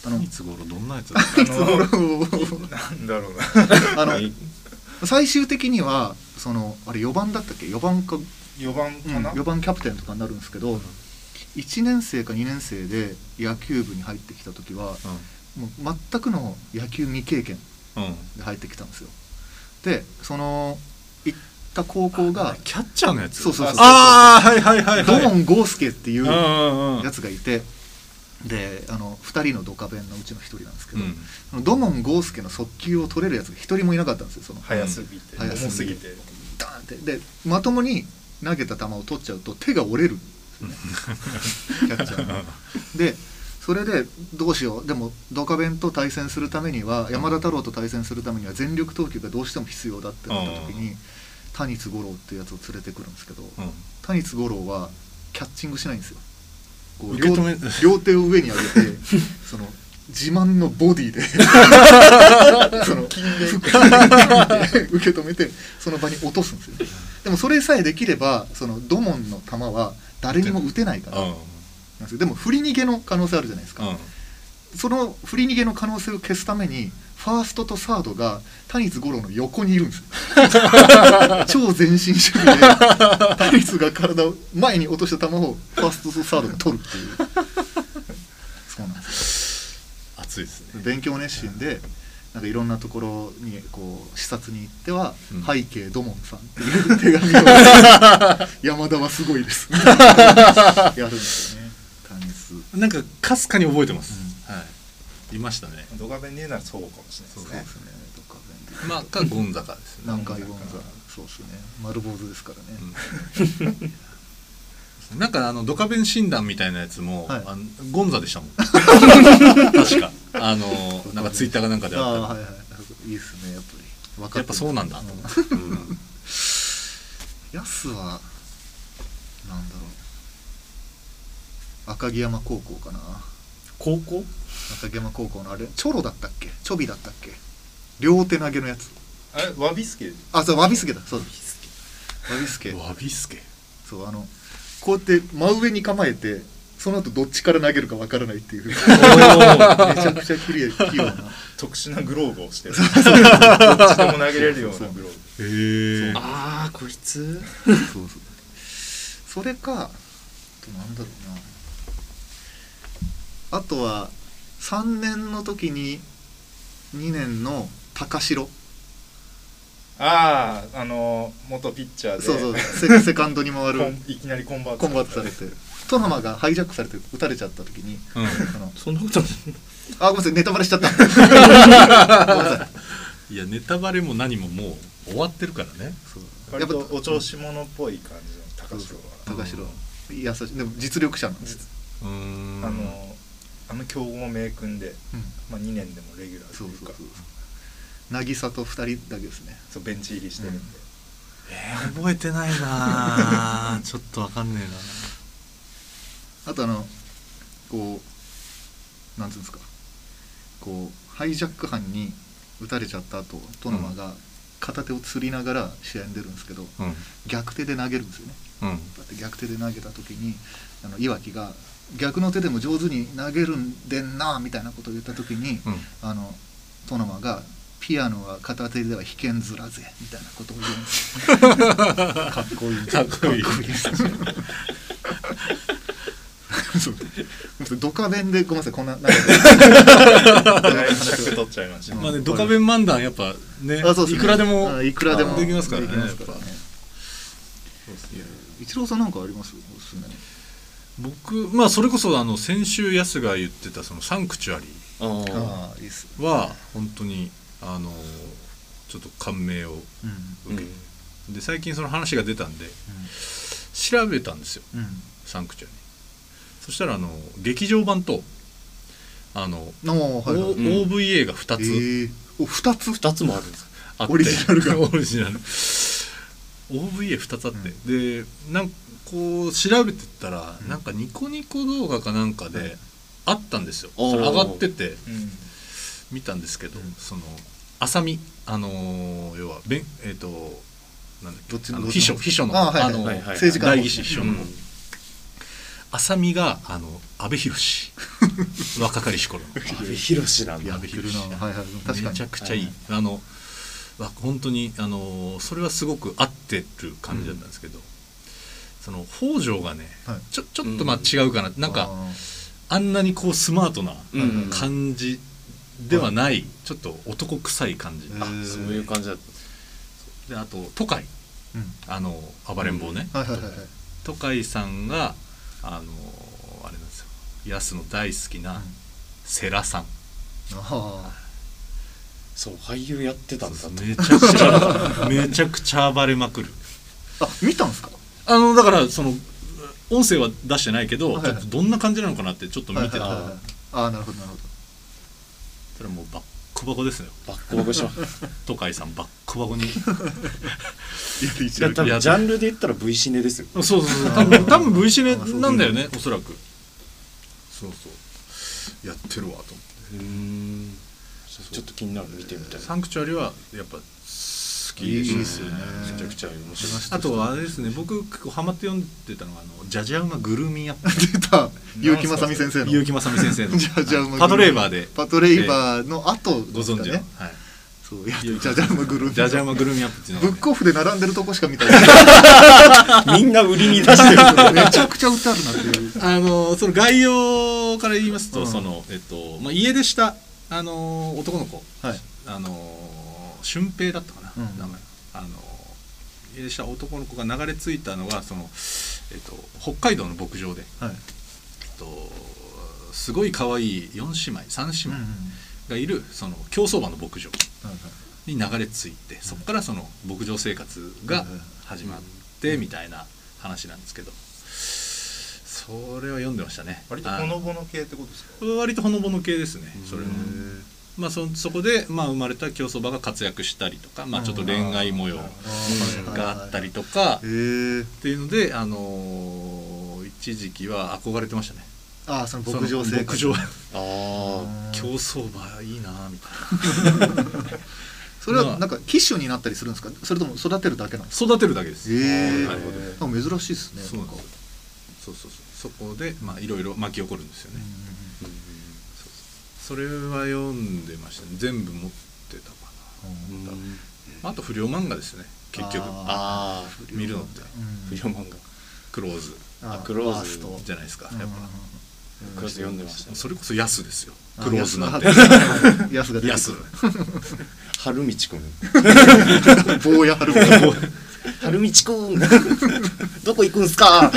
あ の
いつ頃どんなやつだっ
谷津五 郎を
なんだろうな
あ
はい
の最終的にはそのあれ4番だったっけ4番か、うん、
4番かな
4番キャプテンとかになるんですけど、1年生か2年生で野球部に入ってきた時は、もう全くの野球未経験
たうん
で入ってきたんですよでその行った高校が
キャッチャーのやつ
そうそうそう
ああはいはいはい
ド
はい
モンゴースケっていう
うんうんうん
やつがいてであの2人のドカベンのうちの1人なんですけ
う
ど、
ん
そのドモン・ゴースケの速球を取れるやつが1人もいなかったんですよその
早すぎて
早
重
すぎて
すぎて
ダーンってでまともに投げた球を取っちゃうと手が折れる んですよねキャッチャーのでそれでどうしようでもドカベンと対戦するためには山田太郎と対戦するためには全力投球がどうしても必要だってなった時に谷津五郎っていうやつを連れてくるんですけど、
うん
谷津五郎はキャッチングしないんですよこう
受け
両
止め
両手を上に上げてその自慢のボディでその服で受け止めてその場に落とすんですよでもそれさえできればその土門の球は誰にも打てないからなんですよでも振り逃げの可能性あるじゃないですか、その振り逃げの可能性を消すためにファーストとサードが谷津五郎の横にいるんですよ超前進守備で谷津が体を前に落とした球をファーストとサードが取るっていうそうなんです
熱いですね。
勉強熱心でなんかいろんなところにこう視察に行っては「
うん
背景土門さん」っていう手 紙を山田はすごいです」やるんですよね谷津
なんかかすかに覚えてます。はい。いましたね。
ドカベンで言うならそうかもしれないですね。
ねとか
まあかゴンザカですね。
南海ゴンザそうですね丸坊主ですからね、
なんかあのドカベン診断みたいなやつも、
はい
あのゴンザでしたもん。 確かあのなんかツイッターかなんかで
ああ
あった
はいはいいいですねやっぱり分
やっぱそうなんだと思って。うん
ヤスはなんだろう赤城山高校かな
高校
赤城山高校のあれチョロだったっけチョビだったっけ両手投げのやつ
あれワビスケ
あそうワビスケだそうだワビスケ
わびすけ。
そうあのこうやって真上に構えてその後どっちから投げるかわからないっていうめちゃくちゃ綺麗器用な
特殊なグローブをしてる。どっちでも投げれるようなグロ
へえ。
ーブ。
ああこいつ
そうそうそれかあとなんだろうなあとは3年の時に2年の高城
ああ、あの元ピッチャーで
そうそうセ セカンドに回
コ
る
ンいきなりコンバート
コンバートされてトナマがハイジャックされて撃たれちゃった時に
うん。
あの
そんなことない
あごめんなさいネタバレしちゃったごめんなさい
いやネタバレも何ももう終わってるからね。
そうや
割
っぱ
とお調子者っぽい感じの高
そう
城
そう高
は。
城優しいでも実力者なんですよ
うーん。
あのあの強豪名君で、
うん
まあ、2年でもレギュラーと
そう
い
そうう
か
そう渚と2人だけですね
そうベンチ入りしてるんで、
覚えてないな あちょっとわかんね
あとあのこうなんていうんですかこうハイジャック犯に撃たれちゃった後トノマが片手をつりながら試合に出るんですけど、
えな
逆手で投げるんですよね
うんうん
だって逆手で投げた時にあのいわきが逆の手でも上手に投げるんでんなみたいなことを言った時に、
うん
あのトノマが「ピアノは片手では弾けんずらぜ」みたいなことを言うんで すよかっこいい
かっこいい
かっこいいです そう ドカベンでごめんなさいこんななんか
だいぶ尺取っちゃいました、
うん
まあねドカベン漫談やっぱね
あそうですね
いくらでも
あいくらでも
できますからね
できますからね
やっぱ
一郎さんなんかありますおすすめ
僕まあそれこそあの先週やすが言ってたそのサンクチュアリ
ああ
ああいいっす、
ーは本当にあのちょっと感銘を
うん
受けて、で最近その話が出たんで調べたんですよ
う
サンクチュアリそしたらあの劇場版とあの、
ん、おーはいはい
O- OVA が2つ、
ええお二つ
2つもあるんです
あって
オリジナル が
オリジナル OVA2 つあって、でなんかこう調べてったら、なんかニコニコ動画かなんかであったんですよ、
おー
それ上がってて
うん
見たんですけど、その浅見あのー要はべんえっ、となんだっけ
どっちの
あの
どっち
秘
の
書秘書の
あはいはい
の、
はいはい
政治家の方
代議士秘書の方、
うん
浅見があの安倍博士若かりし頃の
阿部寛なん
や
だ
っ
安
て
倍博
るな
士
はいはい確か
め
に
ちゃくちゃいい、あのわ本当にあのそれはすごく合ってる感じだったんですけど、その北条がね、
はい
ちょちょっとまあ違うかな、なん
あ
か
ー
あんなにこうスマートな
うん
感じではない、ちょっと男臭い感じ、
へー
そういう感じだっ
であと都会
うん
あの暴れん坊ね、
はいはいはいはい
都会さんがあのあれなんですよ安の大好きな世良さん、
あ
そう俳優やってたんだと
めちゃくちゃめちゃくちゃ暴れまくる
ーあ見たんすか
あのだからその音声は出してないけど、
はいはい
ちょっとどんな感じなのかなってちょっと見てた、
はいはいはいはいああなるほどなるほど
それはもうバッコバコですよ
バッコバコし ました
都会さんバッコバコに
いや多
い
分
や
ジャンルで言ったら V シネですよ
そうそうそう多分多分 V シネなんだよねおそらくそうそうやってるわと思って
うんちょっと気になる見てみたい
サンクチュアリはやっぱ好き
い
で
い
し
です
た
よ
ね
ね
めちゃくちゃ面白
あ
い
とはあれですね僕結構ハマって読んでたのがあのジャジャウマグルーミンアップ
出た結城まさみ先生の
結城正美先生の
じゃあじゃあもう
パトレーバーで
パトレイバーの後
ご
です
存
か
知の、
ね
はい、
そういやじゃあじゃあもうグループ
ジャジャウマグルーミンアップっていうの
ブ
が、
ッ
ね、
クオフで並んでるとこしか見たことない
みんな売りに出 してる
めちゃくちゃ売ってあるなっていう
あのその概要から言いますと、そのえっとまあ、家出したあの男の子
はい
あの俊平だったかな、
うん
名前あの家出した男の子が流れ着いたのがその、えっと、北海道の牧場で、
はい
えっと、すごい可愛い4姉妹3
うん
姉
うん
妹がいるその競走馬の牧場
はいはい
に流れ着いてそこからその牧場生活が始まってみたいな話なんですけどそれは読んでましたね
割とほのぼの系ってことですか
割とほのぼの系ですねそれは、まあ、そそこで、まあ、生まれた競走馬が活躍したりとか、まあ、ちょっと恋愛模様があったりとか
へえ
っていうので、あのー一時期は憧れてましたね
ああその牧場
その
生
牧
活
場
あ
競走馬いいなぁみたい
それはなんか騎手になったりするんですかそれとも育てるだけなんですか
な育てるだけです
ええ
なるほど
なんか珍しいですね
そうなんですよそうそうそうそこでまあいろいろ巻き起こるんですよね、そうそうそれは読んでましたね全部持ってたかな、あと不良漫画ですね結局
ああ
見るのって
不良漫画
クローズ
あ
クローズ
じゃないですかやっぱ
クロス読んでましたね
それこそ安ですよクローズなんて
ヤスが出て
安
く
春道くん
る坊やはる坊
春道くん どこ行くんすか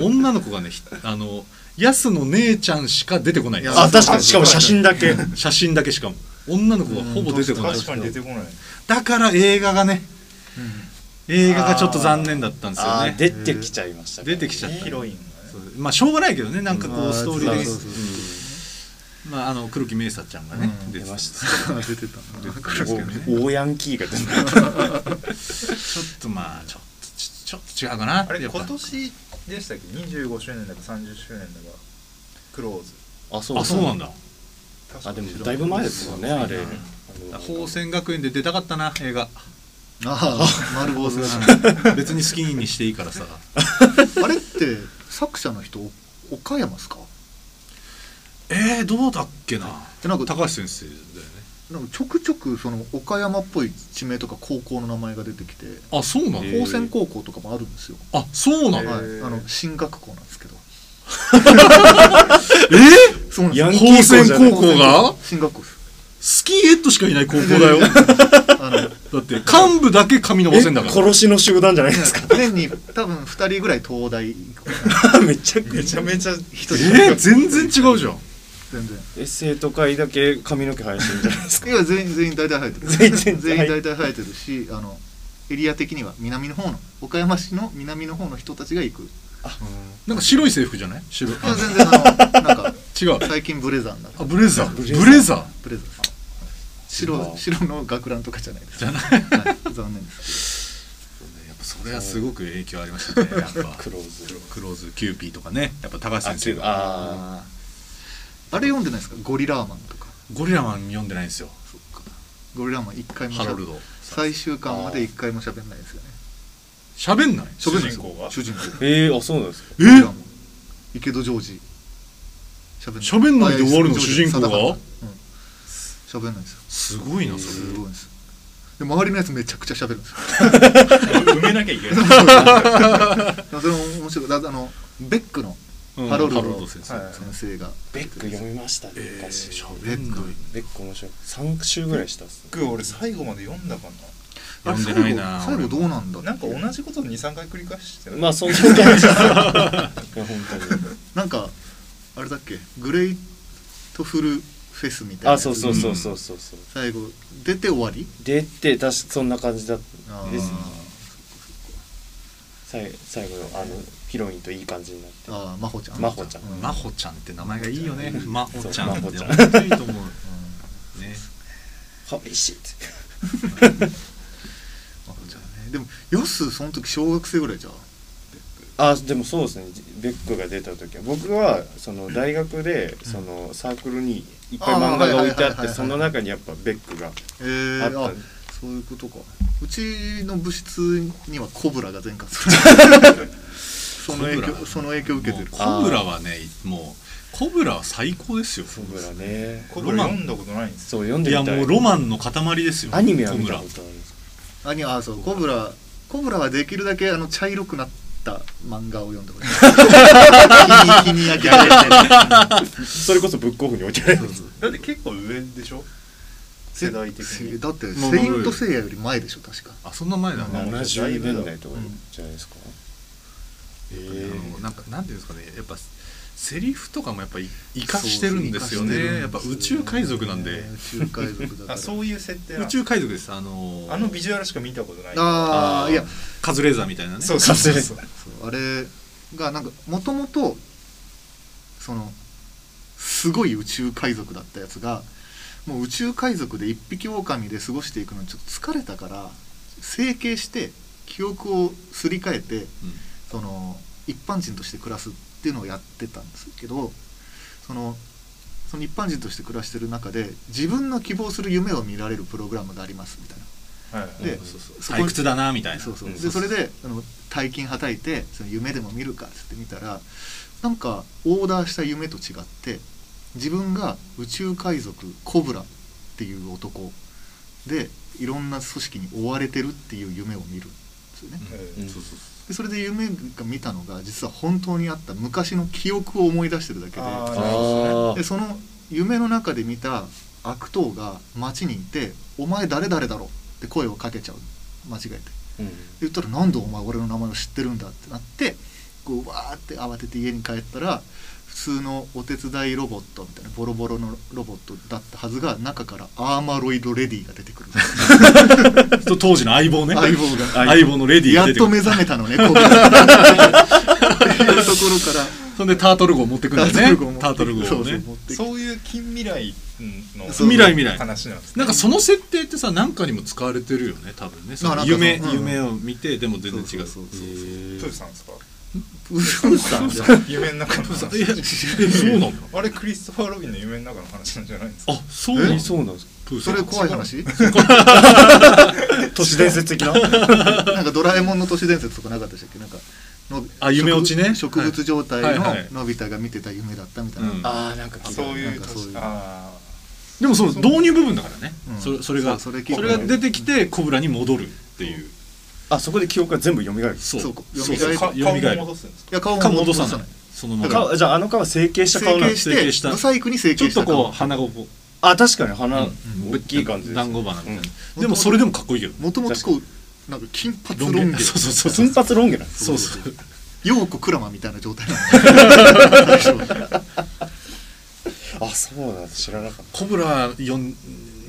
女の子がねひ あの安の姉ちゃんしか出てこないんですよ
あ確かにしかも写真だけ
写真だけしかも女の子がほぼ出てこない
確かに出てこない
だから映画がね、映画がちょっと残念だったんですよ
あ
ね
ー出てきちゃいました
出てきちゃった
ヒロイン
そうまあしょうがないけどねなんかこうストーリー
で
的にまああの黒木メイサちゃんがね、出て
出
た
ま
んです
した
出てたな
けどね
大ヤンキーが出てた
ちょっとまあちょっとちちょっと違うかな
あれ
やっぱ
今年でしたっけ25周年だか30周年だかクローズ
あ そ
あそうなんだ
確か
あでもだいぶ前ですよねあれ
宝仙学園で出たかったな映画
ああ丸坊主が
別に好きにしていいからさ
あれって作者の人岡山ですか
えー、どうだっけな
でなんか
高橋先生だよね
なんかちょくちょくその岡山っぽい地名とか高校の名前が出てきて
あそうなの、
高専高校とかもあるんですよ、
あそうなの、
はい
へ、ー
あの進学校なんですけど
えー
そうなん
ヤンキ
高
ー校
専
じゃない
高校が
進学校です
スキンヘッドしかいない高校 だよ
あの
だって幹部だけ髪伸ばせんだ
え
から
殺しの集団じゃないですか
年に多分2人ぐらい東大行く
めちゃくちゃ
めちゃめち
人
えー、全然違うじゃん
全然
え生徒会だけ髪の毛生やしてるんじゃないですか
いや全員全員大体生えてる
全員全員
全員大体生えてるしあのエリア的には南の方の岡山市の南の方の人たちが行く
なんか白い制服じゃない白い
いや全然あのなんか
違う
最近ブレザーになった
あブレザーブ
ブ
レ
レ
ザ
ザ
ー
ー
ブレザー白白の学ランとかじゃないです
じゃない
はい、残念です
やっぱそれはすごく影響ありま したねやっぱ
クローズ
クローズキューピーとかねやっぱ高橋先生が
あ
あれ読んでないですかゴリラーマンとか
ゴリラマン読んでないんですよ
ゴリラーマン一回もしゃ
ハロルド
最終巻まで一回も喋んないですよね
喋んない
喋んないです
主人公が
主人公
ーえー、あそうなんですか
ゴリラーマン池戸ジョージ
喋んないで終わるの主人公が
が喋んないですよ
すごいなそ
す
れ
ごいんですよで周りのやつめちゃくちゃ喋るん ですよ
埋めなきゃいけない
それも面白いだあのベックの
うん
ハロルド
ハロルド先生
はい
先生が、
ベック読みましたね
えー
昔、
喋んない
ベック面白い3週ぐらいしたっすね
僕 俺最後まで読んだか
あれ
読んで
最
ない
後
な
最後どうなんだ
ななんか同じこと23回繰り返してる
まあそんな感じ ですいや本当に
なんかあれだっけグレイトフルフェスみたいな
あ
やつ
そうそうそうそうそうそう
最後出て終わり
出て確かそんな感じだった
あー
です最最後のあのヒロインといい感じになって
あー真帆ちゃん
真帆ちゃん
う
真帆ちゃんって名前がいいよね真帆ちゃん
そう
って
真帆ちゃん
本当にいいと思うね
かわいいしって
真帆ちゃんねでもよっすーその時小学生ぐらいじゃん
あでもそうですねベックが出た時は僕はその大学でそのサークルにいっぱい漫画が置いてあ
あーはいはいは
っ
い
て
はい
その中にやっぱベックが
えー、
あ
あ
った
そういうことかうちの部室にはコブラが全巻する その影
コブ
響
ラ
その影響を受けてる
もうコブラはねもうコブラは最高ですよ
コブラね
コブラ読んだことないんです
そう読ん
い
でみ
や
たい
もうロマンの塊ですよ
アニメは
コ
見
ブ
た
ラ
ことあるんですか
あにあそうコブラコブラはできるだけあの茶色くなった漫画を読んでほし い日に日に焼き上げて
それこそブックオフに置いてある
だって結構上でしょ世代的に
るだって「セイント・セイヤ」より前でしょ確か
あそんな前なんだ、
うん
70年代とかじゃないですか、
えーなんかなんていうんですかねやっぱセリフとかもやっぱい生かしてるんですよ
そうそう
ね
生
やっぱ
かしてる
宇宙海賊なんで
ね宇宙海賊だ から
あそういう設定な
宇
の
宙海賊ですあのー
あのビジュアルしか見たことない
ああいや
カズレーザーみたいなね
そうそうそうそう
あれがなんかもともとそのすごい宇宙海賊だったやつがもう宇宙海賊で一匹狼で過ごしていくのにちょっと疲れたから整形して記憶をすり替えて
う
その一般人として暮らすっていうのをやってたんですけどそのその一般人として暮らしてる中で自分の希望する夢を見られるプログラムがありますみたいな。
はい
で
んそうそう
そ
そう
こ
退屈だなみたいな
そうそう
うん
でそれであの大金はたいてその夢でも見るかっつって見たらなんかオーダーした夢と違って自分が宇宙海賊コブラっていう男でいろんな組織に追われてるっていう夢を見るんですよね
うん
うん
そうそう
でそれで夢が見たのが実は本当にあった昔の記憶を思い出してるだけで
あー
あ
でその夢の中で見た悪党が街にいて「お前誰々だろ」って声をかけちゃう間違えて。言ったら「なんでお前俺の名前を知ってるんだ」ってなってこうわーって慌てて家に帰ったら普通のお手伝いロボットみたいなボロボロのロボットだったはずが中からアーマロイドレディが出てく る
そう当時の相棒ね
相棒が
相棒のレディー
や
が
っ
出て
と
くる
目覚めたのねこうっていうところから
そんでタートル号持ってくるんだよねター
ター
ト
ト
ル
ル
号を
号を
ね
持ってきてそうそう持ってきて
そういう近未来の
そう
未来未来
話なんですね
なんかその設定ってさなんかにも使われてるよね多分ねそ
ま
の
あなんかそう
夢、
うん
夢を見てでも全然違う
そうそうそうそう
プーさんですか
プーさんじゃん
夢の中の話
ええそうなの
あれクリストファー・ロビンの夢の中の話なんじゃないんですか
あそうなの
え
そうなんですか
プーさ
そ
ん
れ怖い話
都市伝説的な
なんかドラえもんの都市伝説とかなかったでしたっけなんかの
あ夢落ちね
植物状態
はい
の
はいはい
のび太が見てた夢だったみたいな、
うん
あーなんか聞いた
そういう
なんかそういう
あ
でもその導入部分だからね、
うん
それそれがそ
そ
う
それ聞い
れ
た
が出てきてコブラに戻るっていう
あそこで記憶が全部蘇る
そう
そ
そうう
か
そう
蘇
あ
る
か
蘇
顔
る
も戻すんですか
いや顔
か
も
戻さないそのまま
顔じゃああの顔は整形した顔
整
な
形
んです
し
整
て
形した
ブサイクに
ちょ
整形
っ
した
とこ
顔
う鼻がこ
あ確かに鼻、
う
大きい感じです
団子花みたいな、
うん
でもそれでもかっこいいけど
もともとこうなんか金髪ロ
ロン
ン
毛
毛
そうそうそう
金髪ロン毛なんです
そうそう
ヨーコクラマみたいな状態なんです最初
あそうなんです知らなかっ
コブラ読ん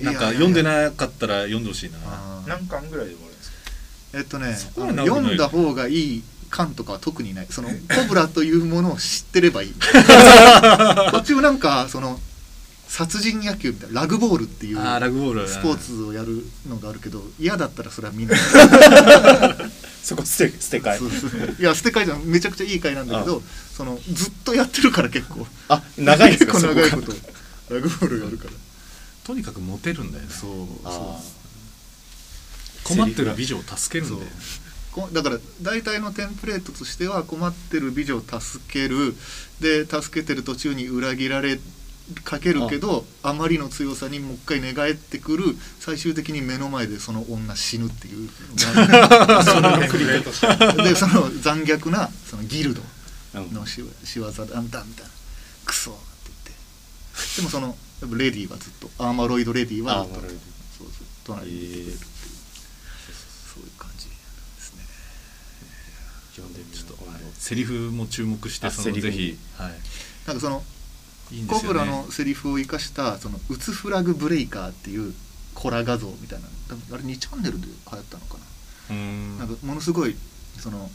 なん
いやいやいや
か読んでなかったら読んでほしい な
あー
何巻ぐらいで終わるんですか
えっとね
そこ
あ
は
の
長くない
読んだ方がいい感とかは特にないそのコブラというものを知って ればいい途中なんかその殺人野球みたいなラグボールっていう
あーラグボールだな
スポーツをやるのがあるけど嫌だったらそれは見ない
たそこ捨て捨て替え
そうそう いや捨て会じゃんめちゃくちゃいい会なんだけどそのずっとやってるから結構
あ長いですか
結構長いこ
そこと
ラグボールやるから
とにかくモテるんだよね
そう
あ
困ってる美女を助けるんだよね
こだから大体のテンプレートとしては困ってる美女を助けるで助けてる途中に裏切られかけるけどあまりの強さにもう一回寝返ってくる最終的に目の前でその女死ぬっていう
その繰り返し
でその残虐なそのギルド
ーうん
の仕仕業だんだみたいなクソって言ってでもそのやっぱレディーはずっとアーマロイドレディーは
あ
ずっと
悪い
そうそう隣にいてくれるっていう、そういう感じですね
読んでみよう
セリフも注目して
あ
そ
セ
の
リフ
ぜ
に
ひ、は
なんかその
い、いいんで
コ
すよ
ブ
ね
ラのセリフを生かしたその「うつフラグブレイカー」っていうコラ画像みたいな多分あれ2チャンネルで流行ったのか
うー
な,、
ん
なんかものす ごいその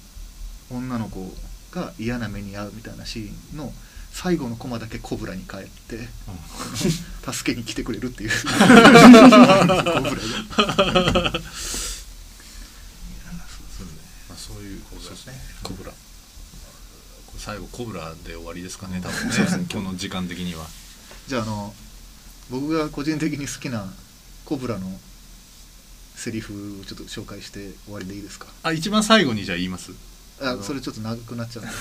女の子が嫌な目に遭うみたいなシーンの最後のコマだけコブラに帰って、あの助けに来てくれる っていうコブラが
まあ、そういうコブラねコブラ最後コブラで終わりですかね多分 ね今日の時間的には
じゃああの僕が個人的に好きなコブラのセリフをちょっと紹介して終わりでいいですか
あ一番最後にじゃあ言います
あそれちょっと長くなっちゃうんで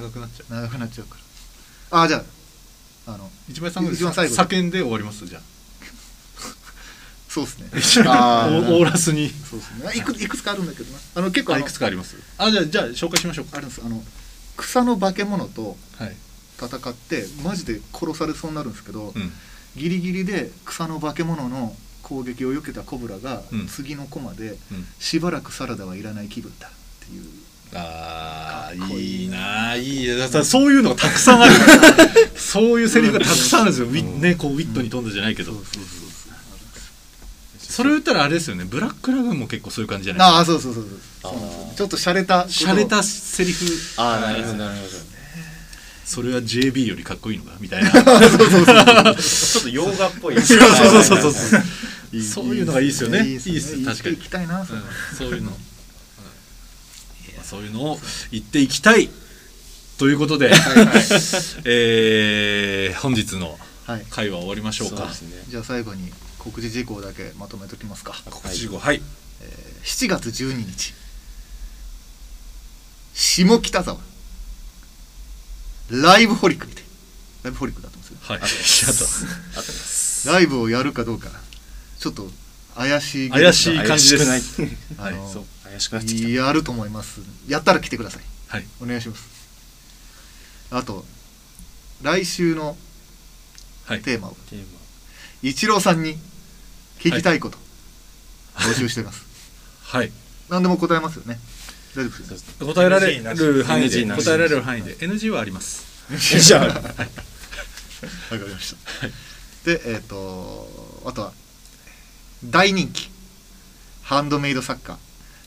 長くなっちゃう
長くなっちゃうからあじゃああの
一番最後に
一番最後に
叫んで終わりますじゃあ
そ うですねあー
オーラスに
そうですねあいくいくつかあるんだけどなあの結構あ
あ
の
いくつかありますあじゃあじゃあ紹介しましょう
あ
か
るんですあの草の化け物と
はい
戦ってマジで殺されそうになるんですけど、
うん
ギリギリで草の化け物の攻撃を避けたコブラが、
うん
次のコマで、
うん
しばらくサラダはいらない気分だ」っていう
あ
かっ
ー
こいい
いいなあいいだからそういうのがたくさ んあるそういうセリフがたくさんあるんですよ、ウィねこうウィットに飛んだじゃないけど、それを言ったらあれですよねブラックラグーンも結構そういう感じじゃない
ああそうそうそうそうそうなんですよちょっと洒落た
洒落たセリフ
ああなるほどなるほど
それは JB よりかっこいいのかみたいな そう
ちょっと洋画っぽい
そうそうそうそう
い
そういうのがいいですよね
い
い
い
い
で
っ
す
す
ね
確かに
行きたいなそれは
そういうの、うんいやそういうのを言っていきたいということで、 えー本日の
はい
会話終わりましょう
そう
か
ですね
じゃあ最後に告知事項だけまとめときますか
告知後はい
7月12日下北沢ライブホリックにてライブホリックだと思うんです
はい、 あと
よライブをやるかどうかちょっと怪しいけど
怪しい感じです
怪しくな
あ
い
の
そう怪しくなってきた
やると思いますやったら来てください
はい
お願いしますあと来週の
はい
テーマを
テー
イチローさんに聞きたいこと募集してます、
はい
何でも答えますよね大丈夫ですよね
答えられ
NG なし
る範囲
NG
で
なし
答えられる範囲で NG はあります
マじゃあ
わかりました。で、えっ、と、あとは、大人気、ハンドメイド作家、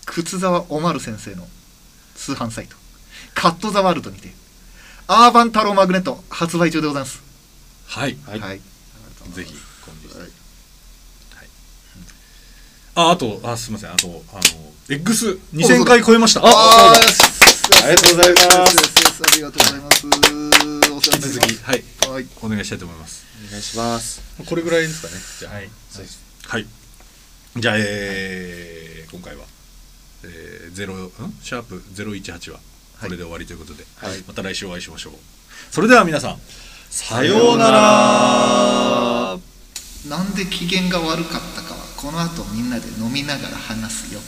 靴沢おまる先生の通販サイト、カットザワールドにて、アーバン太郎マグネット発売中でございます。
はい
はい
はい。
ぜひ購入して
はい
ああとあすみませんあとあの X2000 回超えました
あ
あ
ー
ありがとうございます
ありがとうございます。お世
引
話
き
になり
続
ま
き
す。
はい
はい。
お願いしたいと思います
お願いします
これぐらいですかねじゃあはい
そうです
はい。じゃあ、えー今回は、えー、ゼロ、んシャープ018は、これで終わりということで、
はい
また来週お会いしましょう。それでは皆さん、さようなら
なんで機嫌が悪かったかは、この後みんなで飲みながら話すよ。